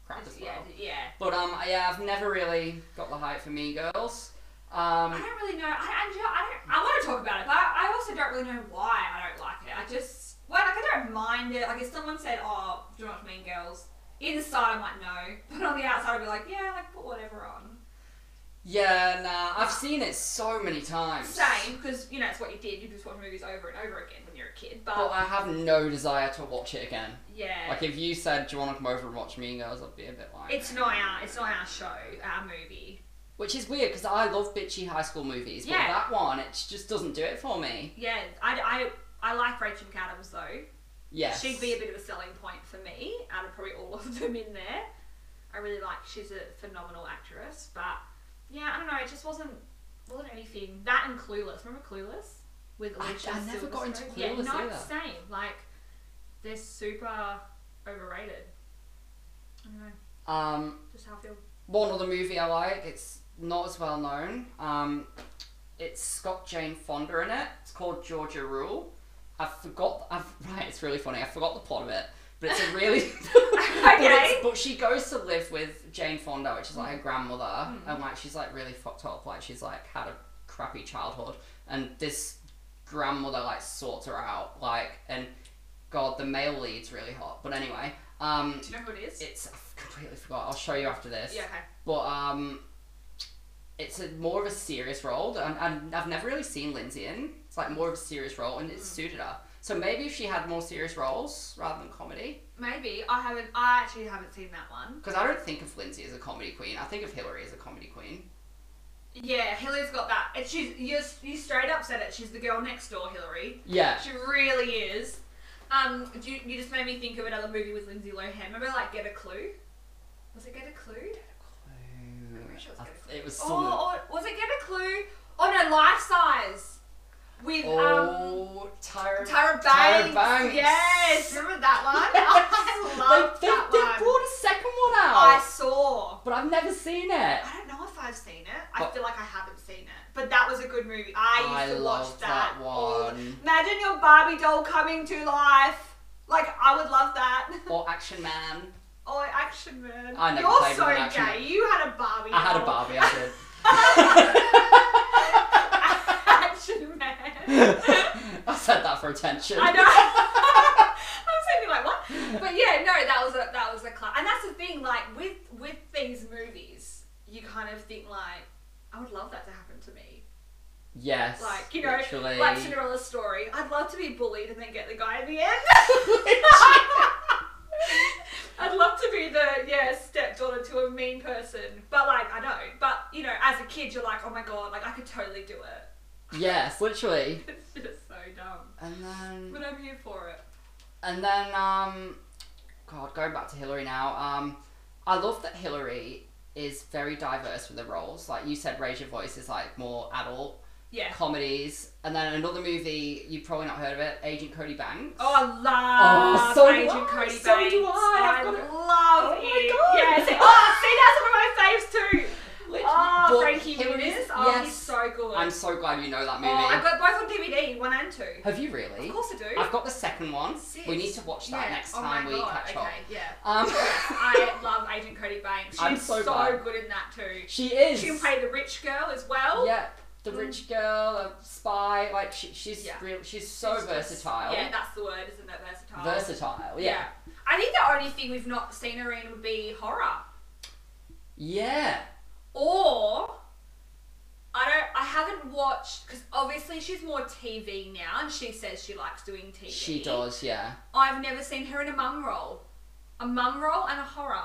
S2: crap
S1: It's-
S2: as
S1: yeah,
S2: well.
S1: yeah.
S2: But um, yeah, I've never really got the hype for Mean Girls.
S1: I
S2: Um,
S1: don't really know. I, I, do you know, I don't. I want to talk about it, but I also don't really know why I don't like it. I just well, like I don't mind it. Like if someone said, "Oh, do you watch Mean Girls?" Inside, I'm like, no. But on the outside, I'd be like, yeah, like put whatever on.
S2: Yeah, nah. I've seen it so many times.
S1: Same, because you know it's what you did. You just watch movies over and over again when you're a kid. But,
S2: But I have no desire to watch it again.
S1: yeah,
S2: Like if you said, "Do you want to come over and watch Mean Girls?" I'd be a bit like,
S1: it's not our it's not our show, our movie.
S2: Which is weird because I love bitchy high school movies, but
S1: Yeah.
S2: that one it just doesn't do it for me.
S1: Yeah, I, I, I like Rachel McAdams though.
S2: Yes,
S1: She'd be a bit of a selling point for me out of probably all of them in there. I really like she's a phenomenal actress, but yeah, I don't know, it just wasn't wasn't anything that and Clueless. Remember Clueless with
S2: I-
S1: Alicia
S2: I never got into
S1: Silverstone?
S2: Clueless
S1: Yeah, no,
S2: either.
S1: same. Like they're super overrated. I don't know,
S2: Um,
S1: just how I feel.
S2: one other movie I like. It's not as well known. Um, it's got Jane Fonda in it. It's called Georgia Rule. I forgot. I've, right, it's really funny. I forgot the plot of it, but it's a really. but,
S1: Okay. Mm.
S2: it's, but she goes to live with Jane Fonda, which is like her grandmother, and like she's like really fucked up. Like she's like had a crappy childhood, and this grandmother like sorts her out. Like and God, the male lead's really hot. But anyway, um,
S1: Do you know who it is?
S2: it's I completely forgot. I'll show you after this.
S1: yeah, okay.
S2: But um, it's a more of a serious role. And, and I've never really seen Lindsay in. It's like more of a serious role, and it
S1: Hmm.
S2: suited her. So maybe if she had more serious roles rather than comedy,
S1: Maybe. I haven't I actually haven't seen that one.
S2: because I don't think of Lindsay as a comedy queen. I think of Hillary as a comedy queen.
S1: Yeah, Hillary's got that. And she's you you straight up said it, she's the girl next door, Hillary.
S2: Yeah.
S1: She really is. Um, do you, you just made me think of another movie with Lindsay Lohan. Remember, like Get a Clue? Was it Get a Clue? pretty sure it's Get a Clue.
S2: It was
S1: Or,
S2: some.
S1: or was it Get a Clue? Oh no, Life Size with um
S2: Oh, Tyra,
S1: Tyra Banks.
S2: Tyra Banks.
S1: Yes, remember that one? I loved
S2: they, they,
S1: that
S2: they
S1: one.
S2: brought a second one out,
S1: I saw.
S2: but I've never seen it.
S1: I don't know if I've seen it.
S2: But-
S1: I feel like I haven't seen it. But that was a good movie. I used
S2: I
S1: to
S2: love
S1: watch that.
S2: that
S1: all-
S2: one.
S1: Imagine your Barbie doll coming to life. Like I would love that.
S2: Or Action Man.
S1: Oh, Action Man.
S2: I never
S1: You're
S2: played
S1: so
S2: with an Action
S1: gay. You had a Barbie.
S2: I had a
S1: doll.
S2: Barbie. I did.
S1: action Man.
S2: I said that for attention.
S1: I know. I'm saying like what? But yeah, no, that was a that was a class, and that's the thing. Like with with these movies, you kind of think like, I would love that to happen to me.
S2: Yes.
S1: Like you know,
S2: literally.
S1: like Cinderella's story. I'd love to be bullied and then get the guy in the end. I'd love to be the yeah stepdaughter to a mean person, but like I don't. But you know, as a kid, you're like, oh my god, like I could totally do it.
S2: yes, literally.
S1: It's just so dumb,
S2: And then,
S1: but I'm here for it.
S2: and then, um, God, going back to Hillary now. Um, I love that Hillary is very diverse with the roles. Like you said, Raise Your Voice is like more adult
S1: Yeah.
S2: comedies, and then another movie you've probably not heard of it, Agent Cody Banks.
S1: Oh, I love
S2: Oh, so do
S1: Agent
S2: I,
S1: Cody
S2: so
S1: Banks.
S2: do I, I've
S1: I
S2: got it.
S1: love
S2: Oh my
S1: it.
S2: God.
S1: Yeah, see, oh, see, that's one of my faves too.
S2: Literally-
S1: Oh,
S2: but
S1: Frankie
S2: Hillary's-
S1: Muniz. Oh,
S2: yes.
S1: he's so good.
S2: I'm so glad you know that
S1: oh,
S2: movie.
S1: I've got both on DVD, one and two.
S2: Have you really?
S1: Of course I do.
S2: I've got the second one.
S1: Sis.
S2: We need to watch that
S1: Yeah.
S2: next
S1: Oh
S2: time
S1: my
S2: we
S1: God.
S2: catch
S1: okay,
S2: up.
S1: Yeah.
S2: Um,
S1: I love Agent Cody Banks. She's
S2: I'm so
S1: so,
S2: glad.
S1: good in that too.
S2: she is.
S1: She can play the rich girl as well. Mm.
S2: Yeah, the rich girl, a spy. Like she, she's
S1: Yeah.
S2: real. She's so
S1: She's just-
S2: versatile.
S1: yeah, that's the word, isn't it? Versatile.
S2: Versatile. Yeah.
S1: I think the only thing we've not seen her in would be horror.
S2: Yeah.
S1: Or I don't. I haven't watched because obviously she's more TV now, and she says she likes doing TV.
S2: She does. Yeah.
S1: I've never seen her in a mum role, a mum role and a horror.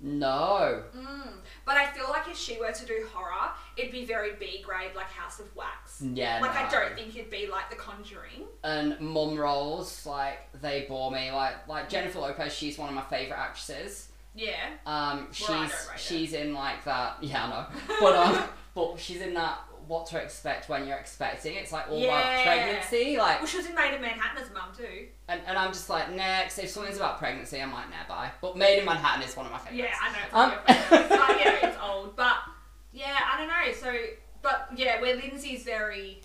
S2: No.
S1: Mm. But I feel like if she were to do horror, it'd be very B grade, like House of Wax.
S2: Yeah.
S1: Like
S2: no.
S1: I don't think it'd be like The Conjuring.
S2: And mum roles like they bore me. Like like Jennifer Lopez. She's one of my favorite actresses.
S1: Yeah.
S2: Um, she's
S1: Well, I don't rate it.
S2: she's in like that. Yeah, I know. But um, but she's in that. What to expect when you're expecting. It's like all about
S1: Yeah.
S2: pregnancy. Like
S1: Well, she was in Made in Manhattan as mum too.
S2: And, and I'm just like, next. If something's about pregnancy, I'm like, nah, bye. But Made in Manhattan is one of my
S1: Yeah,
S2: favorites.
S1: I know. It's
S2: Um,
S1: um, like, yeah, it's old, but yeah, I don't know. So, but yeah, where Lindsay's very,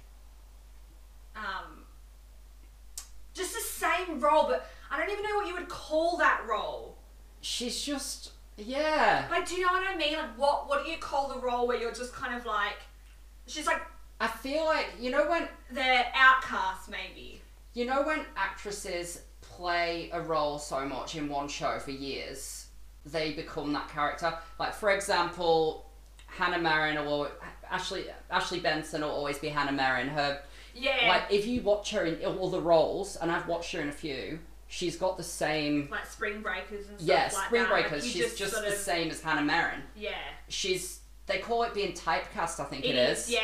S1: um, just the same role, but I don't even know what you would call that role.
S2: She's just, yeah.
S1: Like, do you know what I mean? Like, what what do you call the role where you're just kind of like, she's like
S2: I feel like you know when
S1: the outcast maybe.
S2: you know when actresses play a role so much in one show for years, they become that character. Like for example, Hannah Marin or Ashley Ashley Benson will always be Hannah Marin. Her
S1: Yeah.
S2: like
S1: Like,
S2: if you watch her in all the roles, and I've watched her in a few, she's got the same
S1: Spring Breakers and stuff
S2: yeah
S1: like
S2: Spring
S1: that. Like,
S2: Breakers.
S1: you
S2: she's just,
S1: sort
S2: the
S1: of-
S2: same as Hannah Marin.
S1: Yeah.
S2: She's they call it being typecast. I think
S1: It is. Yeah.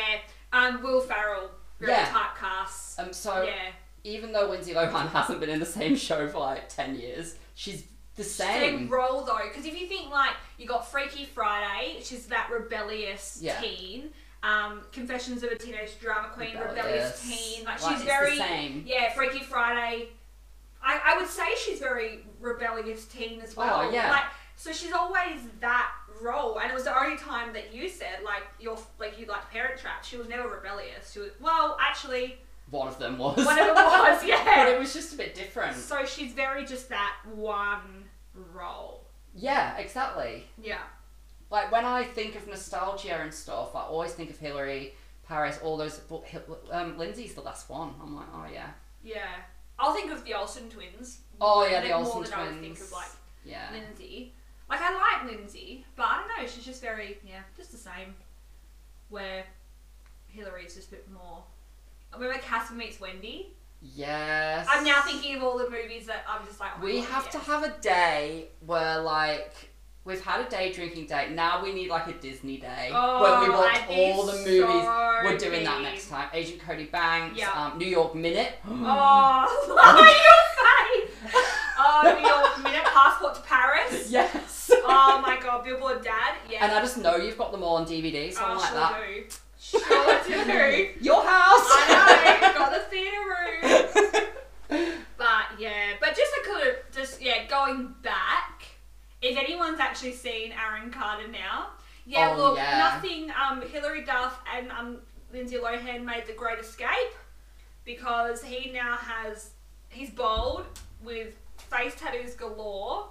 S1: Um, Will Ferrell. Very
S2: Yeah.
S1: typecast.
S2: Um, so
S1: yeah.
S2: even though Lindsay Lohan hasn't been in the same show for like ten years, she's the same.
S1: Same role though, because if you think like you got Freaky Friday, she's that rebellious
S2: Yeah.
S1: teen. Um, Confessions of a Teenage Drama Queen, rebellious,
S2: Rebellious.
S1: teen. Like,
S2: Like,
S1: she's
S2: it's the
S1: very
S2: same.
S1: yeah. Freaky Friday. I, I would say she's very rebellious teen as well.
S2: Oh, yeah.
S1: Like so she's always that role, and it was the only time that you said like you're like you like Parent Trap. She was never rebellious. She was well actually
S2: One of them was.
S1: one of them was
S2: but
S1: yeah.
S2: it was just a bit different.
S1: So she's very just that one role.
S2: Yeah, exactly.
S1: Yeah.
S2: Like when I think of nostalgia and stuff, I always think of Hillary, Paris, all those. But Hil- um, Lindsay's the last one. I'm like, oh yeah,
S1: Yeah. I'll think of the Olsen twins.
S2: oh yeah,
S1: Like,
S2: the Olsen
S1: more
S2: twins.
S1: than I would think of like
S2: yeah,
S1: Lindsay. Like I like Lindsay, but I don't know, she's just very yeah, just the same. Where Hillary's just a bit more I remember Casper meets Wendy.
S2: yes.
S1: I'm now thinking of all the movies that I'm just like oh my
S2: we
S1: God,
S2: have
S1: yeah.
S2: to have a day where like. We've had a day drinking date. Now we need like a Disney day
S1: Oh,
S2: where we watch
S1: I'd be
S2: all the
S1: so
S2: movies. We're doing that
S1: keen.
S2: next time. Agent Cody Banks,
S1: Yeah.
S2: um, New York Minute.
S1: Oh your face Oh New York Minute Passport to Paris.
S2: yes.
S1: Oh my god, Billboard Dad, yeah.
S2: And I just know you've got them all on DVD, so I'm
S1: oh,
S2: like that.
S1: sure do. Sure do.
S2: Your house.
S1: I know, got the theatre room. But yeah, but just I could have just yeah, going back. If anyone's actually seen Aaron Carter now, yeah,
S2: Oh,
S1: look,
S2: yeah.
S1: nothing. Um, Hilary Duff and um Lindsay Lohan made the great escape because he now has he's bald with face tattoos galore,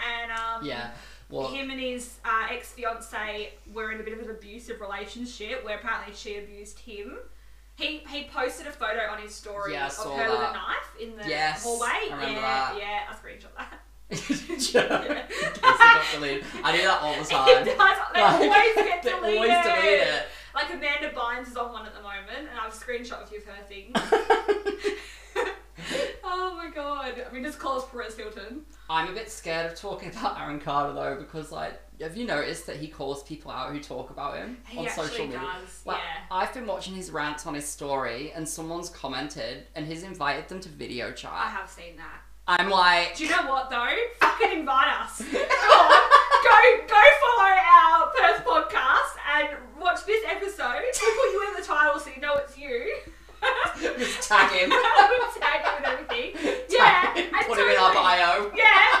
S1: and um
S2: yeah. Well,
S1: him and his uh, ex fiance were in a bit of an abusive relationship where apparently she abused him. He he posted a photo on his story
S2: Yeah, I
S1: of
S2: saw
S1: her with a
S2: that.
S1: knife in the
S2: Yes,
S1: hallway.
S2: I
S1: yeah,
S2: remember that.
S1: yeah, I screenshot that.
S2: yeah. I deleted. I do that all the time.
S1: It does. They
S2: Like,
S1: always get
S2: they
S1: deleted.
S2: always delete
S1: Like Amanda Bynes is on one at the moment, and I've screenshot a few of her things.
S2: it.
S1: oh my god! I mean, just call us Perez Hilton.
S2: I'm a bit scared of talking about Aaron Carter though, because like, have you noticed that he calls people out who talk about him
S1: He
S2: on
S1: actually
S2: social media?
S1: does.
S2: Like,
S1: yeah.
S2: I've been watching his rants on his story, and someone's commented, and he's invited them to video
S1: I
S2: chat.
S1: have seen that.
S2: I'm like,
S1: Do you know what though? Fucking invite us. Go on. Go go follow our Perth podcast and watch this episode. We'll put you in the title so you know it's you.
S2: just tag him.
S1: We'll tag you and everything. Yeah.
S2: Tag him.
S1: and
S2: Put him in our
S1: totally-
S2: bio.
S1: Yeah.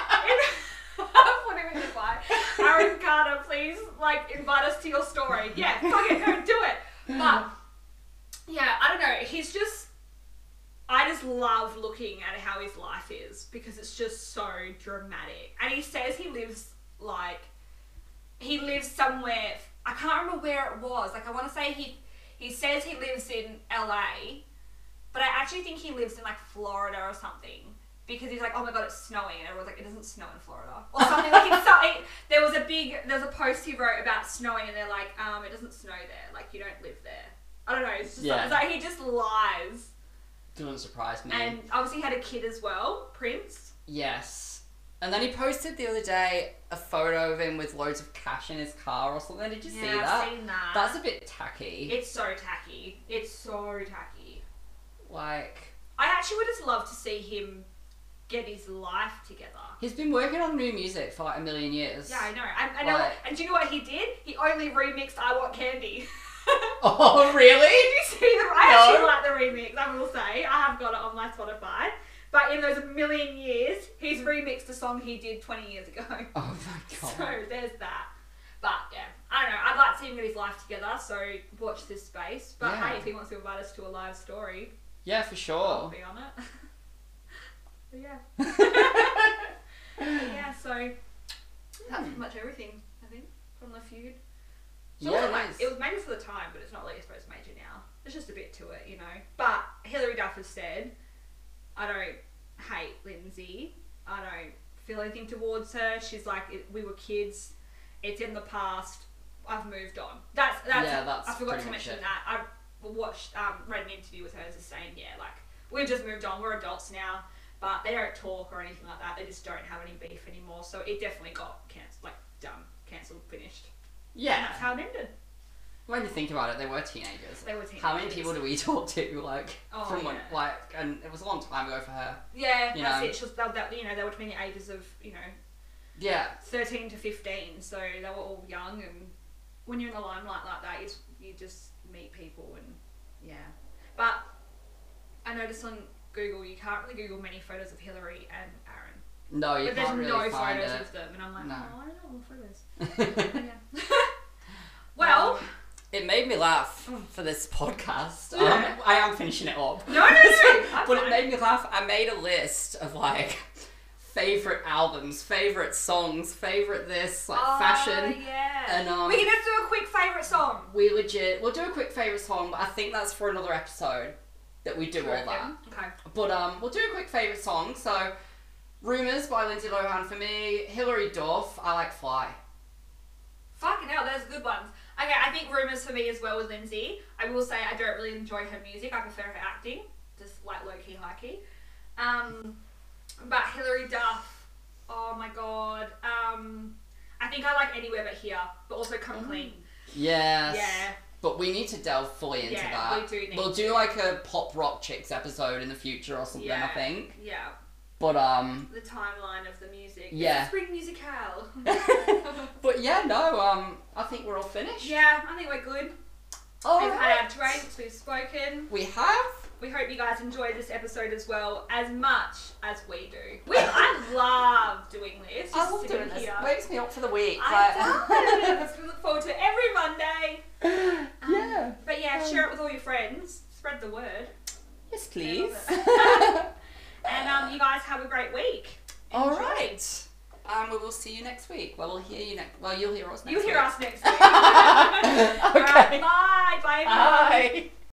S1: and- Put him in your bio. Aaron Carter, please like invite us to your story. Yeah, fuck it, go do it. But yeah, I don't know. He's just. I just love looking at how his life is because it's just so dramatic. And he says he lives like. He lives somewhere. I can't remember where it was. Like, I want to say he. He says he lives in LA, but I actually think he lives in like Florida or something. Because he's like, oh my god, it's snowing, and everyone's like, it doesn't snow in Florida, or something like it's something. There was a big, there's a post he wrote about snowing, and they're like, um, it doesn't snow there, like you don't live there. I don't know. It's just
S2: Yeah.
S1: it's like he just lies.
S2: Doesn't surprise me.
S1: And obviously he had a kid as well, Prince.
S2: Yes. And then he posted the other day a photo of him with loads of cash in his car or something. Did you see that?
S1: seen that.
S2: That's a bit tacky.
S1: it's so tacky. It's so tacky.
S2: like
S1: I actually would just love to see him get his life together.
S2: he's been working on new music for like a million years.
S1: Yeah, I know. I, I know.
S2: Like-
S1: And do you know what he did? He only remixed "I Want Candy."
S2: Oh
S1: Did
S2: really?
S1: you see the? I
S2: No.
S1: actually like the remix. I will say I have got it on my Spotify. But in those million years, he's
S2: Mm.
S1: remixed a song he did 20 years ago.
S2: Oh my
S1: So
S2: god.
S1: there's that. But yeah, I don't know. I'd like to see him get his life together. So watch this space. But
S2: Yeah.
S1: hey, if he wants to invite us to a live story,
S2: yeah, for
S1: I'll
S2: sure.
S1: be on it. but Oh, yeah. yeah. So that's pretty much everything I think from the feud. So
S2: Yeah,
S1: it, wasn't
S2: it
S1: like,
S2: is.
S1: it was major for the time, but it's not like it's supposed to major now. There's just a bit to it, you know. But Hilary Duff has said, I don't hate Lindsay. I don't feel anything towards her. She's like, it, we were kids. It's in the past. I've moved on. That's that's.
S2: Yeah, that's
S1: I forgot
S2: pretty
S1: to
S2: much
S1: mention
S2: it.
S1: that. I watched um read an interview with her as saying yeah like we've just moved on. We're adults now, but they don't talk or anything like that. They just don't have any beef anymore. So it definitely got cancelled, like done, cancelled, finished. And that's
S2: Yeah.
S1: how it ended.
S2: When you think about it, they were teenagers.
S1: They were
S2: How many
S1: teenagers.
S2: people do we talk to? Like
S1: Oh,
S2: from when,
S1: yeah.
S2: like, and it was a long time ago for her.
S1: Yeah,
S2: You
S1: that's
S2: know.
S1: it. She was, that, that, you know, they were between the ages of you know
S2: Yeah.
S1: thirteen to fifteen, so they were all young. And when you're in the limelight like that, it's, you just meet people and yeah. But I noticed on Google you can't really Google many photos of Hillary and Aaron,
S2: No, you
S1: but there's
S2: can't really
S1: no
S2: find
S1: photos
S2: it.
S1: of them, and I'm like,
S2: No.
S1: oh, I don't know what photos. Yeah. well,
S2: It made me laugh for this podcast. Mm. Um,
S1: Yeah.
S2: I am finishing it up.
S1: No, no, no, no, I'm
S2: but it
S1: fine.
S2: made me laugh. I made a list of like favorite albums, favorite songs, favorite this, like fashion.
S1: Oh, yeah.
S2: and, um,
S1: we can just do a quick favorite song.
S2: We legit. We'll do a quick favorite song, but I think that's for another episode that we do all that.
S1: Okay.
S2: But um, we'll do a quick favorite song. So, "Rumors" by Lindsay Lohan for me. Hilary Duff. I like "Fly."
S1: Fucking hell, those good ones. Okay, I think Rumours for me as well with Lindsay. I will say I don't really enjoy her music. I prefer her acting, just like low key, high key. Um, but Hilary Duff, oh my god. Um, I think I like Anywhere But Here, but also Come Clean.
S2: Mm. Yes.
S1: Yeah.
S2: But we need to delve fully into
S1: Yeah,
S2: that.
S1: we do need
S2: will do like a pop rock chicks episode in the future or something.
S1: Yeah.
S2: I think.
S1: Yeah,
S2: But um,
S1: the timeline of the music.
S2: Yeah.
S1: Spring musical.
S2: but yeah, no, um, I think we're all finished.
S1: yeah, I think we're good.
S2: All
S1: we've had our
S2: right.
S1: drinks, we've spoken.
S2: We have.
S1: We hope you guys enjoyed this episode as well as much as we do. We, I love doing this.
S2: I
S1: just
S2: love
S1: sitting
S2: doing this.
S1: here.
S2: Wakes me up for the week.
S1: I
S2: like-
S1: love it. We look forward to it every Monday. Um,
S2: yeah.
S1: But yeah,
S2: Um,
S1: share it with all your friends. Spread the word.
S2: Yes,
S1: I
S2: please.
S1: love And um, you guys have a great week.
S2: all
S1: Enjoy.
S2: right. Um, we will see you next week. Well, we'll hear you next. Well, you'll hear us next.
S1: You'll hear
S2: week.
S1: us next week. All right,
S2: Okay.
S1: bye. Bye. everyone.
S2: Bye.